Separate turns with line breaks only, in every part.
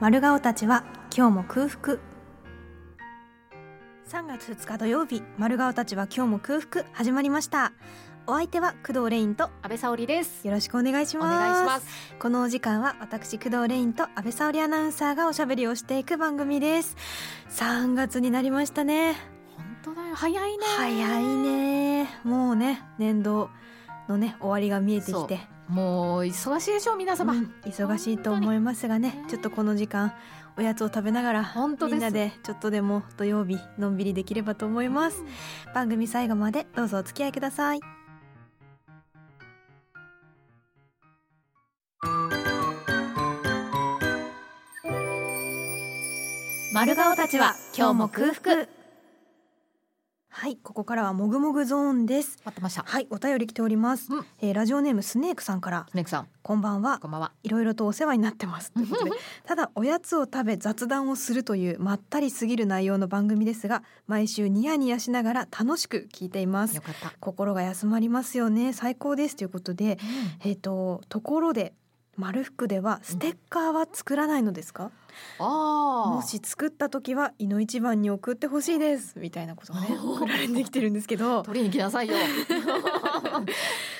丸顔たちは今日も空腹3月2日土曜日丸顔たちは今日も空腹始まりましたお相手は工藤レインと
安倍沙織です。
よろしくお願いし
お
ます
願いします。
このお時間は私工藤レインと安倍沙織アナウンサーがおしゃべりをしていく番組です3月になりましたね
本当だよ、早いね。
早い。ねもうね年度のね終わりが見えてきて
もう忙しいでしょう、皆様。
うん忙しいと思いますがね
本当に
ちょっとこの時間おやつを食べながら
本当です
みんなでちょっとでも土曜日のんびりできればと思います番組最後までどうぞお付き合いください
丸顔たちは今日も空腹
はいここからはもぐもぐゾーンです
待ってました。
はいお便り来ております、
うん
えーラジオネームスネークさんから
スネークさん、
こんばんは
こんばんは。
いろいろとお世話になってますということでただおやつを食べ雑談をするというまったりすぎる内容の番組ですが毎週ニヤニヤしながら楽しく聞いています
よかった。
心が休まりますよね最高ですということでえっ、とところで丸福ではステッカーは作らないのですか、
ああ。
もし作った時は井の一番に送ってほしいですみたいなことがね
おー
送られてきてるんですけど
取りに来なさいよ。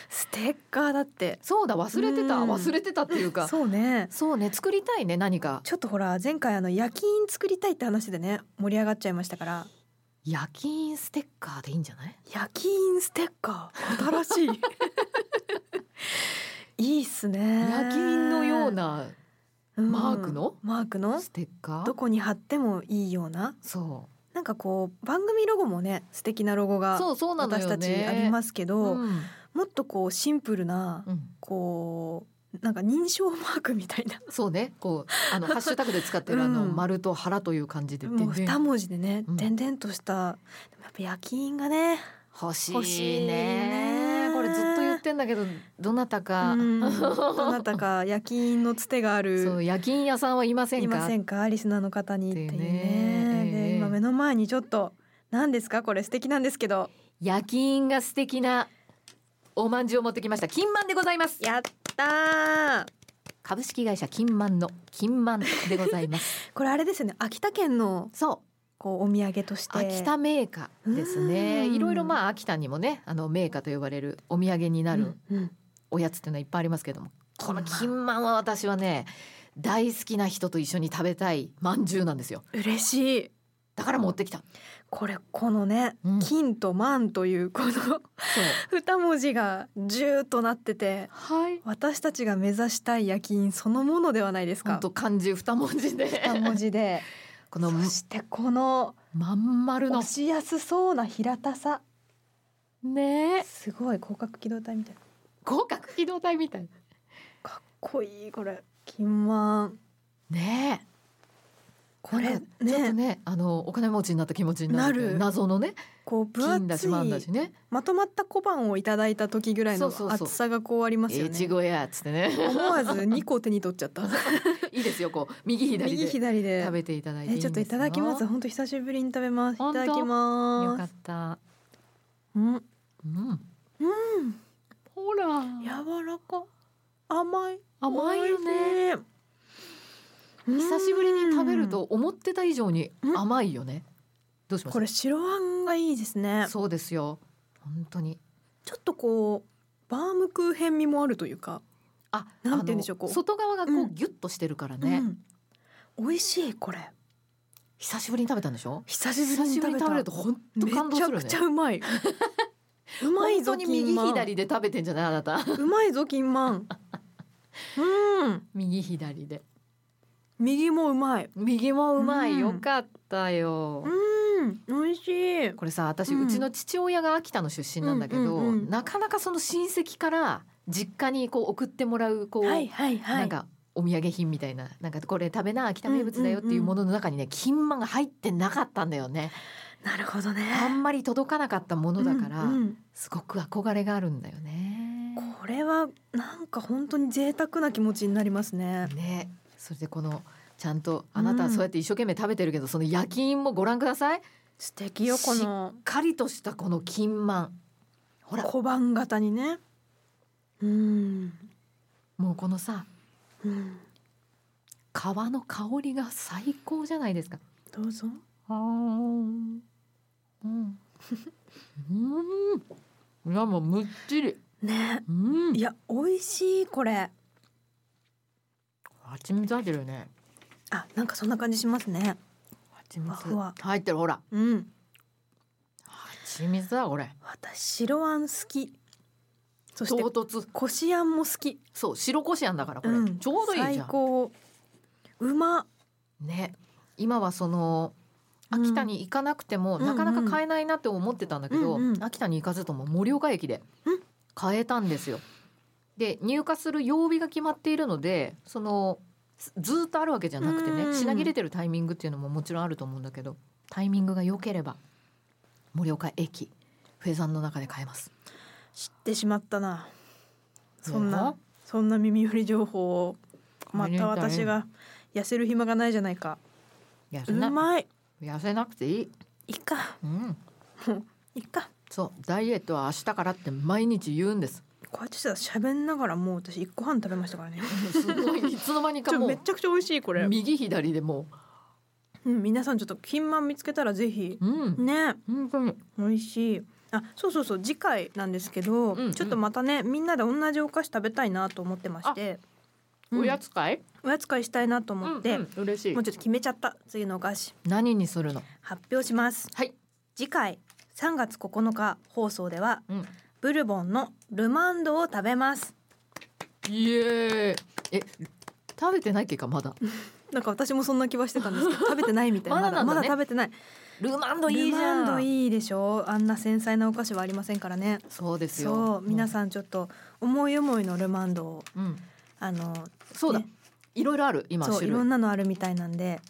ステッカーだって
そうだ、忘れてた、
うん
忘れてたっていうか。
そうね
そうね、作りたいね、何か。
ちょっとほら前回あの夜勤作りたいって話でね盛り上がっちゃいましたから
夜勤ステッカーでいいんじゃない。
夜勤ステッカー新し いいいっすね
夜勤のような
うん
マークの
マークの
ステッカ
ど
ー。
こに貼ってもいいような
そ
なんかこう番組ロゴもね素敵なロゴ
う。
が
そう、そうなのよ
私
ね。
たちありますけど、
うん
もっとこうシンプルな
うん
こうなんか認証マークみたいな
そうね、こう、あのハッシュタグで使 ってるあの
うん
丸と腹という感じで。
もう二文字でね
うん
点々とした、でもやっぱ夜勤がね
欲し
欲しい
い
ね
ねこれずっと言ってんだけどどなたか、
うん、どなたか夜勤のつてがあ
そう
る
夜勤屋さんはいませ
い
んか
ませんかリスナーの方にっていうね
っていうねえ
で
え
今目の前にちょっと何ですかこれ素敵なんですけど
夜勤が素敵なお饅頭を持ってきました金満でございます
やったー
株式会社金満の金満でございます
これあれですよね秋田県の
そう
こうお土産として
秋田銘菓ですね
うん
いろいろまあ秋田にもねあの銘菓と呼ばれるお土産になる
うんうん
おやつっていうのはいっぱいありますけども、この
金
金満は私はね大好きな人と一緒に食べたい饅頭なんですよ
嬉しい
だから持ってきた、
これこのね、
うんそう
金と万というこの 二文字がジューとなってて
はい
私たちが目指したい夜勤そのものではないです
本
か
当漢字二文字で
二文字 で
この
そしてこの
まん丸の
押しやすそうな平たさ
ね
すごい広角機動隊みたいな
合格機動隊みたい
かっこいいこれ金満
ね
これ
なんかちょっと
ね
ねあのお金持ちになった気持ちになる
なる
謎のね
こう分
金だし
厚
万だ
い
しね
まとまった小判をいただいた時ぐらいの
そうそうそう
厚さがこうありますよ
えち
ね
ごやっつってね
思わず二個手に取っちゃった
いいですよこう右左
右
で
左で
食べていただいていい
え
ん
ちょっ
ですよ
といただきます本当久しぶりに食べますいた
本当
だき
よ
ま
か
す
った
うん
うん
うん
ほら
柔らか甘い
甘いよね
ね
久しぶりに食べると思ってた以上に甘いよねどうしま
これ
し
白あんがいいですね
たそうですよ本当に
ちょっとこうバームクーヘン味もあるというか
あ、
なんて言うんでしょう
あの
こう
外側がこ
う
うんギュッとしてるからね、
うん美味しいこれ
久しぶりに食べたんでしょ
久しぶ
久
りに
しぶ
食べ
りに
た
食べると本当感動
め
す
ちゃ
るよ
く
ね
ちゃうま いうまい
本当
ぞ
に
金
右
マン
左で食べてんじゃないあなた
うまいぞ金マンうん
右左で
右もうまい
右もうまい、
うん
よかったよ、
うん美味しい
これさ私、
う
うんちの父親が秋田の出身なんだけど、
うんうんうん
なかなかその親戚から実家にこう送ってもらうこう、
はいはいはい
なんかお土産品みたいななんかこれ食べな秋田名物だよっていうものの中にね、金マンが入ってなかったんだよね
なるほどね
あんまり届かなかったものだから、
うんうん
すごく憧れがあるんだよね。
これはなんか本当に贅沢な気持ちになりますね
ね、それでこのちゃんとあな
う
たは
ん
そうやって一生懸命食べてるけど、その夜勤もご覧ください。
素敵よこの
カリとしたこの金マン。ほら、
小判型にねうん
もうこのさ、
うん
皮皮の香りが最高じゃないですか。
どうぞ。
あ うん。うん。いやもうむっちり。
ね。
うん
い。や、美味しい、これ。
蜂蜜入ってるよね。
あ、なんかそんな感じしますね。
蜂
ふわ
蜜入ってるほら。
うん。
蜂蜜だこれ。
私、白あん好き。そし
唐
て、
突。
こしあんも好き。
そう白こしあんだからこれ、
うん
ちょうどいいじゃ
最高。うま。
ん。ね。今はその
うん
秋田に行かなくても、
うん
なかなか買えないなって思ってたんだけど、
うんうん
秋田に行かずとも盛岡駅で
うん
買えたんですよ。で入荷する曜日が決まっているのでそのずずーっとあるわけじゃなくて
うんう
ね
ん
品切れてるタイミングっていうのももちろんあると思うんだけどタイミングが良ければ盛岡駅フェザンの中で買えます。
知ってしまったな。そんな
ね。
そんな耳寄り情報を。また私
い
が。痩せる暇がないじゃないか。
痩せ
う
な
まい。
痩せなくていい。
いいか。
うん
いいか。
そうダイエットは明日からって毎日言うんです
こうやってさ喋んながらもう私一個半食べましたからね。
すごいいつの間に
ち
か
ょ
も
めちゃくちゃ美味しいこれ
う。右左でも
うん、皆さんちょっと金満見つけたらぜひ
ううん
ね
本当に
美味しいあそうそうそう次回なんですけど、
うんうん
ちょっとまたねみんなで同じお菓子食べたいなと思ってまして、うん
おやつかい、
おやつ会したいなと
う
思
ん
っ
う
て、
ん、嬉しい
もうちょっと決めちゃった次のお菓子
何にするの
発表します
はい、
次回3月9日放送では
うん、
ブルボンのルマンドを食べます
イエーイえ食べてないっけかまだ
なんか私もそんな気はしてたんですけど 食べてないみたいな
まだなんだね
まだ食べてない
ルマンドいいじゃん
ルマンドいいでしょあんな繊細なお菓子はありませんからね
そうですよ
そう皆さんちょっと思い思いのルマンドを
うん、うん
あの
そうだ、
ね
いろいろある今
そう
種
いろ
類
んなのあるみたいなんで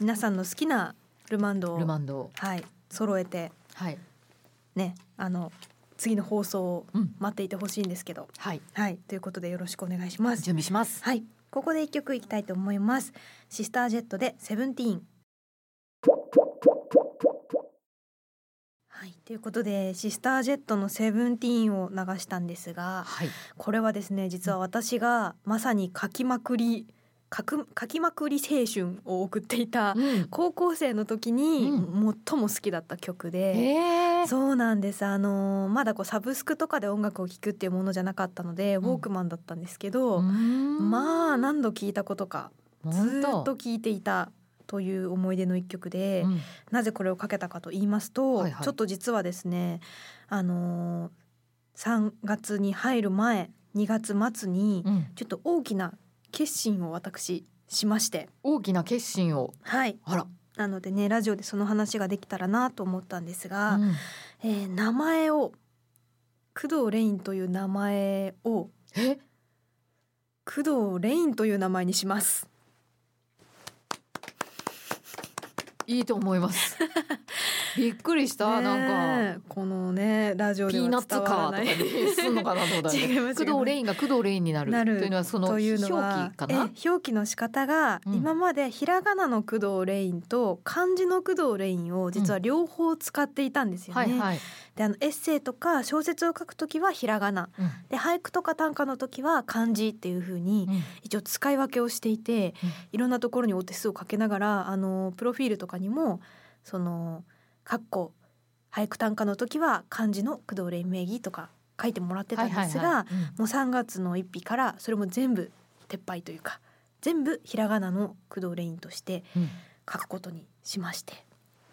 皆さんの好きなルマンド
ル
を
マンド
はい揃えて
はい
ねあの次の放送を
うん
待っていてほしいんですけど
はい
はいということでよろしくお願いします
準備します
はいここで一曲いきたいと思いますシスタージェットでセブンティーンはいということでシスタージェットのセブンティーンを流したんですが
はい
これはですね実は私がまさに書きまくり書く書きまくり青春を送っていた
うん
高校生の時に
う
最も好きだった曲で、
えー、
そうなんですあのーまだこうサブスクとかで音楽を聴くっていうものじゃなかったので、
ん
ウォークマンだったんですけど、
うん
まあ何度聴いたことかず
本当
ーっと聴いていたという思い出の一曲で、
うん
なぜこれをかけたかと言いますと、
はいはい
ちょっと実はですねあのー3月に入る前2月末に
うん
ちょっと大きな決心を私しまして
大きな決心を
はい
あら、
なのでねラジオでその話ができたらなと思ったんですが、
うん
えー名前を工藤レインという名前を
え
工藤レインという名前にします
いいと思 います。びっくりした、なんか
ねえこのねラジオで
ピー
は
ナッツ
伝
カ
わら
ーとか
ない
ですんのかなと思っ た、
違います違います
工藤レインが工藤レインになる
なる
というのはその
という
表記
のは
かな。
え表記の仕方が、
うん
今までひらがなの工藤レインと漢字の工藤レインを実は両方使っていたんですよね。
はいはい。
であのエッセイとか小説を書くときはひらがな
うん
で俳句とか短歌のときは漢字っていうふうに
うん
一応使い分けをしていて、
うん
いろんなところにお手数をかけながらあのプロフィールとかにもそのかっこ俳句短歌のときは漢字の工藤レイン名義とか書いてもらってたんですが、
はいはいはい
もう3月の1日からそれも全部撤廃というか全部ひらがなの工藤レインとして
うんうん
書くことにしまして、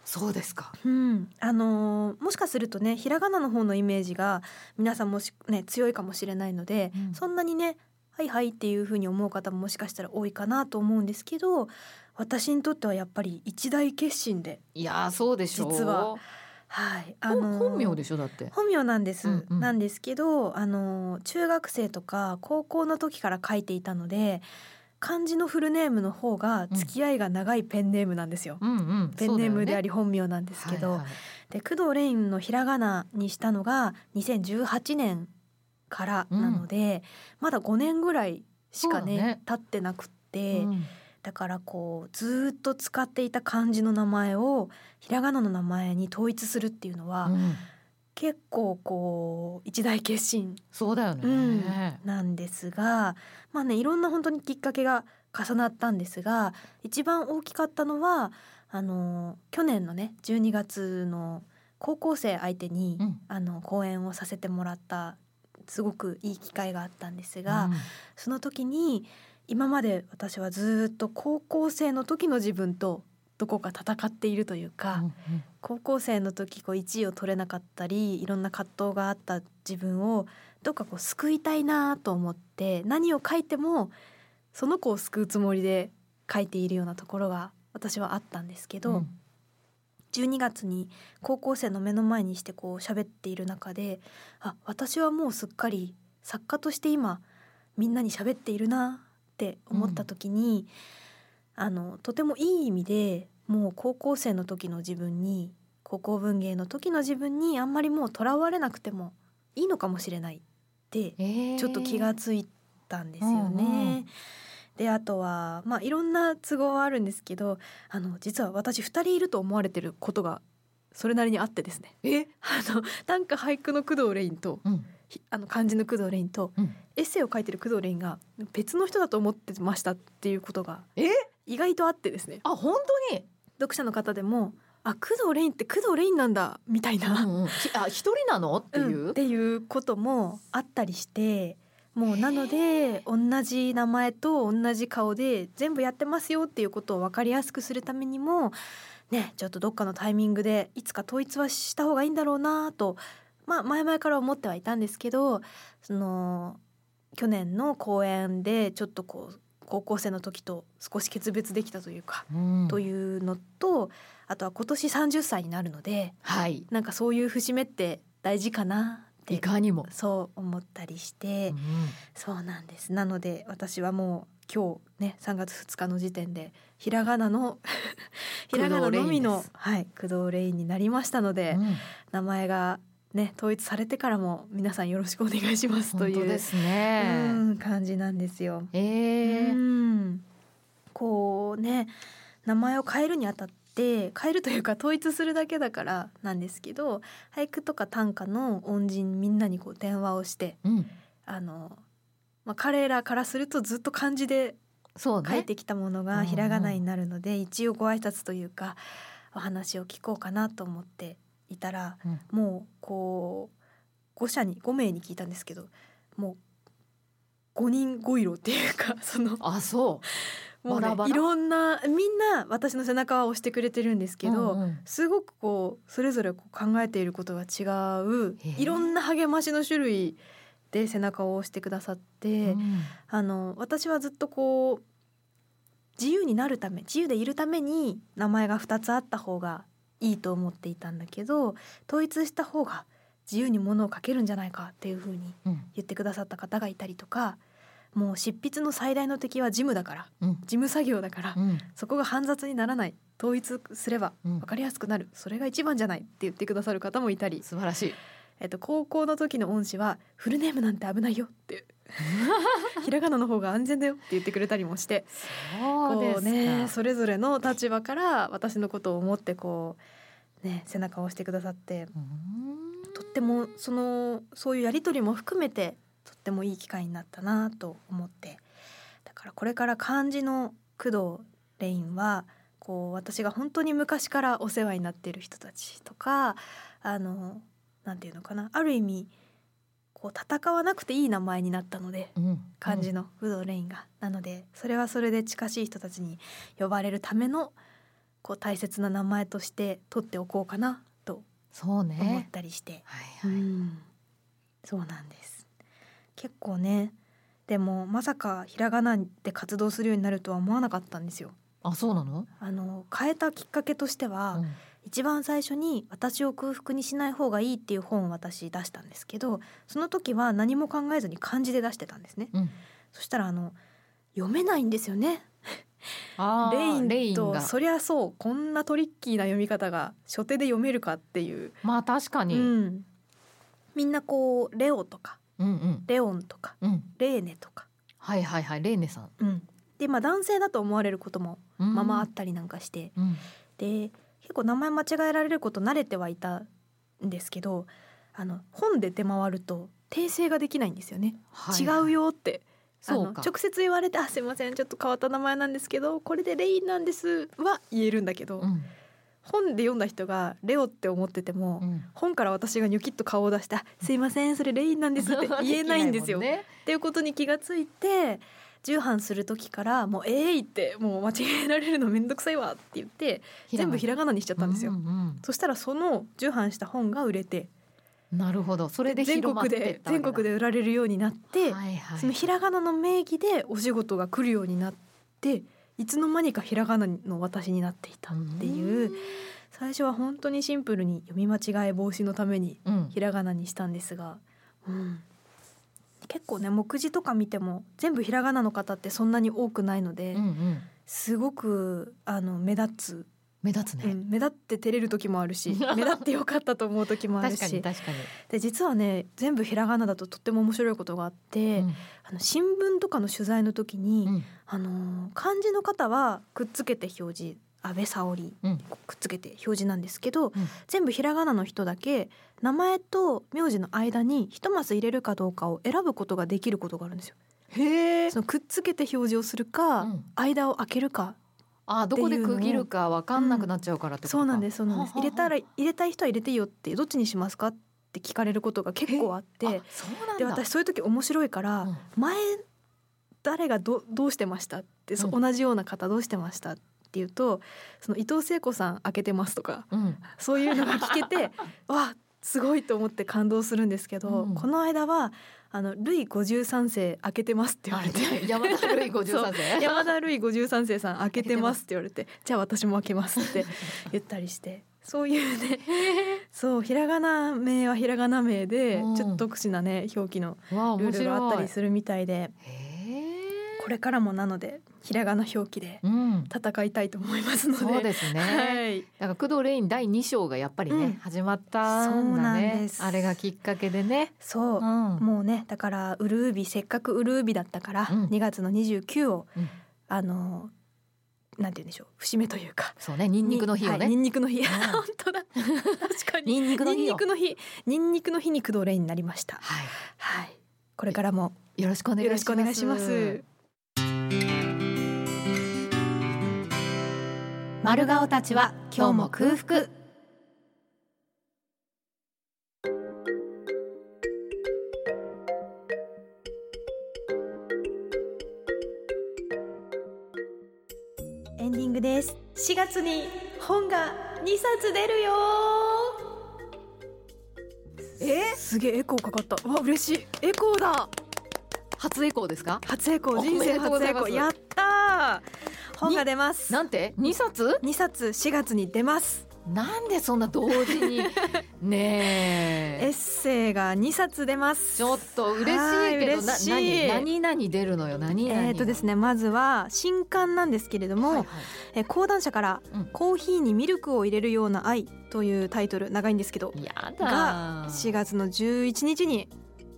そうですか。
うんあのーもしかするとねひらがなの方のイメージが皆さんもし、ね、強いかもしれないので、
うん
そんなにねはいはいっていうふうに思う方ももしかしたら多いかなと思うんですけど私にとってはやっぱり一大決心で
いやーそうでしょう。
実ははいあ
ほん
のー
本名でしょだって。
本名なんです、
うんうん
なんですけどあの中学生とか高校の時から書いていたので漢字のフルネームの方が付き合いが長いペンネームなんですよ、
うんうん。
ペンネームであ
り
り本名なんですけど、
はいはい
で工藤レインのひらがなにしたのが2018年からなので、まだ5年ぐらいしかね
そうだね
経ってなくって、
うん
だからこうずーっと使っていた漢字の名前をひらがなの名前に統一するっていうのは、
うん
結構こう一大決心
そうだよね、
うんなんですがまあねいろんな本当にきっかけが重なったんですが一番大きかったのはあの去年のね12月の高校生相手に、
うん
あの講演をさせてもらったすごくいい機会があったんですが、
うん
その時に今まで私はずっと高校生の時の自分とどこか戦っているというか、
うんうん
高校生の時こう1位を取れなかったりいろんな葛藤があった自分をどっかこう救いたいなと思って何を書いてもその子を救うつもりで書いているようなところが私はあったんですけど、
うん
12月に高校生の目の前にしてこう喋っている中であ私はもうすっかり作家として今みんなに喋っているなって思った時に、あのとてもいい意味でもう高校生の時の自分に高校文芸の時の自分にあんまりもうとらわれなくてもいいのかもしれないって
えー
ちょっと気がついたんですよね。
うんうん
であとはまあいろんな都合はあるんですけどあの実は私2人いると思われてることがそれなりにあってですね
え、
あの短歌俳句の工藤レインと
うん
ひあの漢字の工藤レインと
うん、
エッセイを書いてる工藤レインが別の人だと思ってましたっていうことが
え
意外とあってですね
あ本当に、
読者の方でも「あ工藤レインって工藤レインなんだ」みたいな、
うんうん、きあ一人なのっていうう、
んっていうこともあったりしてもうなので同じ名前と同じ顔で全部やってますよっていうことを分かりやすくするためにもねちょっとどっかのタイミングでいつか統一はした方がいいんだろうなと、まあ、前々から思ってはいたんですけどその去年の公演でちょっとこう高校生の時と少し決別できたというか。
うん
というのとあとは今年30歳になるので
はい
なんかそういう節目って大事かなって
いかにも、
そう思ったりして、
うん
そうなんですなので私はもう今日ね3月2日の時点でひらがな のひらがなのみ
工藤レイン
の
です
はい工藤レインになりましたので、
うん
名前がね統一されてからも皆さんよろしくお願いしますと
本
い
当
う
ですね、
うん感じなんですよ。
えー
うんこうね名前を変えるにあたって変えるというか統一するだけだからなんですけど俳句とか短歌の恩人みんなにこう電話をして
うん、
あの、まあ、彼らからするとずっと漢字で
そうね
書いてきたものが
ね
ひらがなになるので、一応ご挨拶というかお話を聞こうかなと思っていたら、
うん
もうこう5社に5名に聞いたんですけどもう5人5色っていうかその
あそう
もうね
バラバラ
いろんなみんな私の背中は押してくれてるんですけど、
うんうん
すごくこうそれぞれこう考えていることが違う
へえ
いろんな励ましの種類で背中を押してくださって、
うん
あの私はずっとこう自由になるため自由でいるために名前が2つあった方がいいと思っていたんだけど統一した方が自由に物を書けるんじゃないかっていうふうに
うん
言ってくださった方がいたりとかもう執筆の最大の敵は事務だから
うん
事務作業だから、
うん
そこが煩雑にならない統一すれば
うん
分かりやすくなる、それが一番じゃないって言ってくださる方もいたり、
素晴らしい
えっと、高校の時の恩師はフルネームなんて危ないよって ひらがなの方が安全だよって言ってくれたりもして
そうですか
こうねそれぞれの立場から私のことを思ってこう、ね、背中を押してくださって
うん
とってもそのそういうやり取りも含めてとってもいい機会になったなと思ってだからこれから漢字の工藤レインはこう私が本当に昔からお世話になっている人たちとかあのなんていうのかなある意味こう戦わなくていい名前になったので
うん
漢字の工藤レインが、なのでそれはそれで近しい人たちに呼ばれるためのこう大切な名前として取っておこうかなと
そう
思っ
ね
たりして。
はいはい
うん、そうなんです結構ねでもまさかひらがなで活動するようになるとは思わなかったんですよ
あそうなの
あの変えたきっかけとしては、
うん
一番最初に「私を空腹にしない方がいい」っていう本を私出したんですけどその時は何も考えずに漢字で出してたんですね
うん
そしたらあの読めないんですよね
あー
レインと
レインが
そりゃそうこんなトリッキーな読み方が初手で読めるかっていう、
まあ確か
う
にうん
ん、みんなこうレオとか
うん
レオンとか
うん
レーネとか、
はいはいはいレイネさん
でまあ男性だと思われることも
うん
ままあったりなんかして、
うん
で結構名前間違えられること慣れてはいたんですけどあの本で出回ると訂正ができないんですよね、
はい
違うよってあ
そ
の
うか
直接言われて「あすいませんちょっと変わった名前なんですけどこれでレインなんです」は言えるんだけど、
うん
本で読んだ人が「レオ」って思ってても、
うん
本から私がニョキッと顔を出してあ「すいませんそれレインなんです」って 言えないんですよ。
できないもね
っていうことに気がついて重版する時からもう「えい!」ってもう間違えられるのめんどくさいわって言って全部ひらがなにしちゃったんですよ。
うんうん
そしたらその重版した本が売れて
なるほど。それで
全
広まっ
国
てっ
で
たわけ
全
だ
国で売られるようになって、
はいはい、
そのひらがなの名義でお仕事が来るようになっていつの間にかひらがなの私になっていたっていう最初は本当にシンプルに読み間違え防止のために
うん、うん
ひらがなにしたんですが、うん、結構ね目次とか見ても全部ひらがなの方ってそんなに多くないので、
うんうん、
すごくあの目立
目立つ
つ、
ね。
うん、目立って照れる時もある し目立ってよかったと思う時もある
確かに
し
確かに。
で実はね全部ひらがなだととっても面白いことがあって、
うん
あの新聞とかの取材の時に、
うん
あのー漢字の方はくっつけて表示安倍沙織
うん
くっつけて表示なんですけど、
ん
全部ひらがなの人だけ名前と名字の間に一マス入れるかどうかを選ぶことができることがあるんですよ。
へえ
そ。のくっつけて表示をするか、
うん
間を開けるか
あどこで区切るかわかんなくなっちゃうからってことか。
そうなんですそうなんです
は
入
は
れたら
は
入れたい人は入れていいよってどっちにしますかって聞かれることが結構あって
あそうなんだ。
で私そういう時面白いから、
うん
前誰がどどうしてましたって、そ
うん
同じような方どうしてましたって言うとその伊藤聖子さん開けてますとか
うん
そういうのが聞けて わあすごいと思って感動するんですけど、
うん
この間はあのルイ53世開けてますって言われて
山田るい五十
そ
三
う
世。
山田ルイ53世さん開けてますって言われてじゃあ私も開けます って言ったりしてそういうねそうひらがな名はひらがな名で
うん
ちょっと特殊なね表記の
わあ
ル
面
ールがあった
白い。
りするみたいで
へえ。
これからもなのでひらがな表記で
うん。
戦いたいと思いますので。
そうですね。
はい、
なんか工藤レイン第二章がやっぱりね、
うん
始まった
そ
ん
う
だ
なん
ね
で。す
あれがきっかけでね。
そう、
ん
もうねだからウルービせっかくウルービだったから、
うん
2月の29を、
うん
あのなんて言うんでしょう節目というか。
そうね、ニンニクの日を
はいニ
ね。
ンニクの日、
ん
本当だ確かに
ニンニクの
ニン
日
ニ
を。
クの日ニンニクの日に工藤レインになりました
は
はいこれからも
い。よろしくお願い
よ
し
ろ
ま
し
す。
くお願いします
丸顔たちは今日も空腹
エンディングです4月に本が2冊出るよ
え
すげえエコーかかったわ嬉しいエコーだ
初エコーですか？
初エコー
おめ
人
で
生
とうご
初
ざ
エ
いま
コ
す
ーやったー本が出ます
なんて二冊？
2冊4月に出ます
なんでそんな同 時にね
エ
え
ッ。セイが2冊出ます
ちょっと嬉しいけどな
はい嬉しい
何何何出るのよ何何。
えーとですねまずは新刊なんですけれども、
はいはい
えー講談社から、
うん
コーヒーにミルクを入れるような愛」というタイトル長いんですけど
や
が
だ。
4月の11日に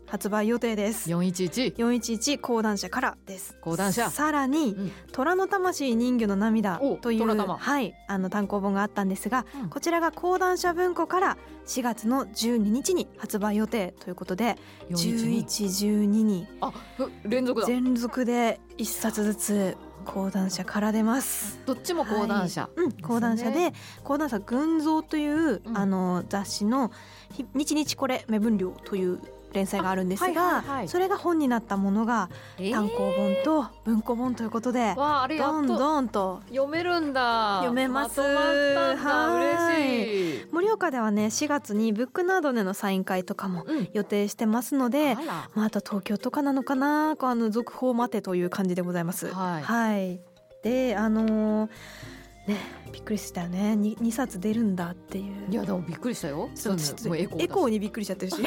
発売予定です。
四一一。
411講談社からです
講談社
さらに、
うん
虎の魂人魚の涙
お」
という、
虎魂
はい、あの単行本があったんですが、
うん
こちらが講談社文庫から4月の12日に発売予定ということで
412
1112に
あふ連続だ。
連続で1冊ずつ講談社から出ます。
どっちも講談社。
うん、講談社で講談社群像という、
うん
あの雑誌のひ「日日これ目分量」という連載があるんですが、
あはいはいはい
それが本になったものが
えー
単行本と文庫本ということで、
わああれや
ど
っ
ん
と
どんと
読めるんだ。
読めます
まとまったんだ
はーい
嬉しい。
盛岡ではね4月にブックなどでのサイン会とかも
うん。
予定してますので、
あ
まあ、あと東京とかなのかなこうあの続報待てという感じでございます。
ら。はい。
はい、であのーねびっくりしたよね 2, 2冊出るんだっていう
いやでもびっくりしたよ。
そう
そ
ち
う
ょっ
ね
と
もう
エ
エ
コ
コ
ー
ー
にびっくりしちゃ ってるし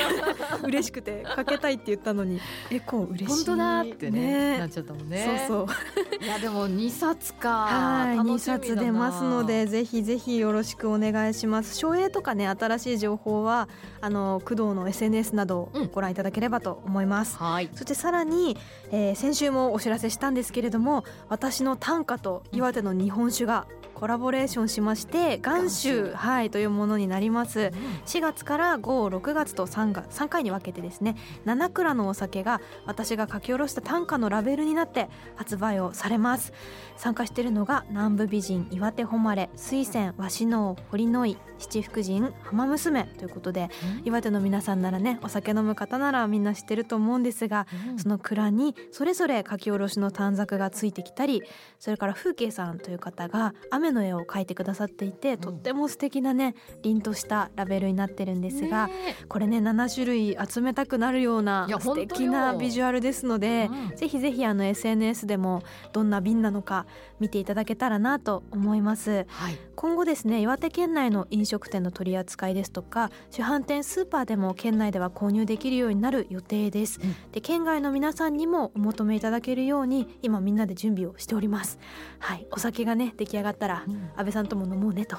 嬉しくてかけたいって言ったのにエコー嬉しい
だし本当だってねなっちゃったもんね。
そうそう
いやでも二冊か。
はい2
楽しみだな
冊出ますので。ぜひぜひよろしくお願いします初映とかね新しい情報はあの工藤の SNS など
う
を
ん
ご覧いただければと思います、
はい。
そしてさらに、えー先週もお知らせしたんですけれども私の短歌と岩手の日本酒がコラボレーションしまして元
元
州
首
はいというものになります
うん
4月から56月と3月3回に分けてですね7蔵のお酒が私が書き下ろした短歌のラベルになって発売をされます参加しているのが南部美人岩手誉れ水仙鷲の堀の井七福神浜娘ということで岩手の皆さんならねお酒飲む方ならみんな知ってると思うんですが
うん
その蔵にそれぞれ書き下ろしの短冊がついてきたりそれから風景さんという方が雨の絵を描いてくださっていてとっても素敵なね凛としたラベルになってるんですが、
ね
これね7種類集めたくなるようない
や
素
本当よ
敵なビジュアルですの
え
で
うん
ぜひぜひあの SNS でもどんな瓶なのか見ていただけたらなと思います。
はい
今後ですね岩手県内の飲食店の取り扱いですとか市販店スーパーでも県内では購入できるようになる予定です、
うん
で県外の皆さんにもお求めいただけるように今みんなで準備をしておりますはいお酒がね出来上がったら
うん
安倍さんとも飲もうねと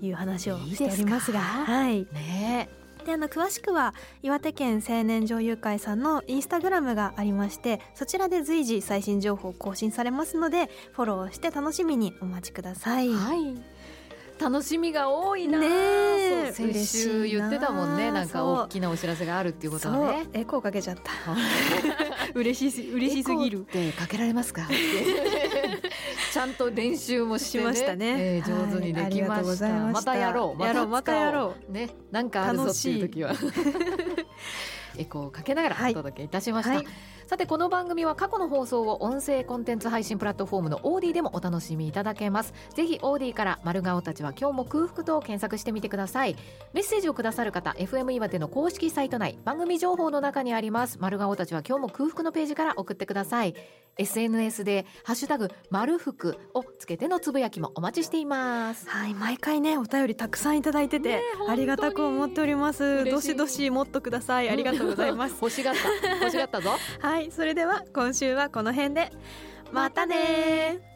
いう話をしておりますが
いいですか
はい
ね
であの詳しくは岩手県青年女優会さんのインスタグラムがありましてそちらで随時最新情報を更新されますのでフォローして楽しみにお待ちください。
えはい楽しみが多いな
ねえ
そう先週
嬉しいな
言ってたもんねなんか
そう
大きなお知らせがあるっていうことはね
そうエコーかけちゃった
あ
嬉しい嬉しすぎる
エコーってかけられますか ちゃんと練習もして、ね、
しましたね
えー上手に
はい
できま
ありがとうご
し
ざ
た,、
いま
ま
した
たやろう
やろうまた
使お
やろ
ねなんかあるぞっていう時は エコーをかけながら
はい
お届けいたしました、
はい
さてこの番組は過去の放送を音声コンテンツ配信プラットフォームのオーディでもお楽しみいただけますぜひオーディから丸顔たちは今日も空腹と検索してみてくださいメッセージをくださる方 FM 岩手の公式サイト内番組情報の中にあります丸顔たちは今日も空腹のページから送ってください SNS でハッシュタグ丸服をつけてのつぶやきもお待ちしています
はい毎回ねお便りたくさんいただいてて、
ねえ
ありがたく思っております
嬉しい
どしどしもっとくださいありがとうございま す
欲しがった欲しがったぞ
はいそれでは今週はこの辺でまたねー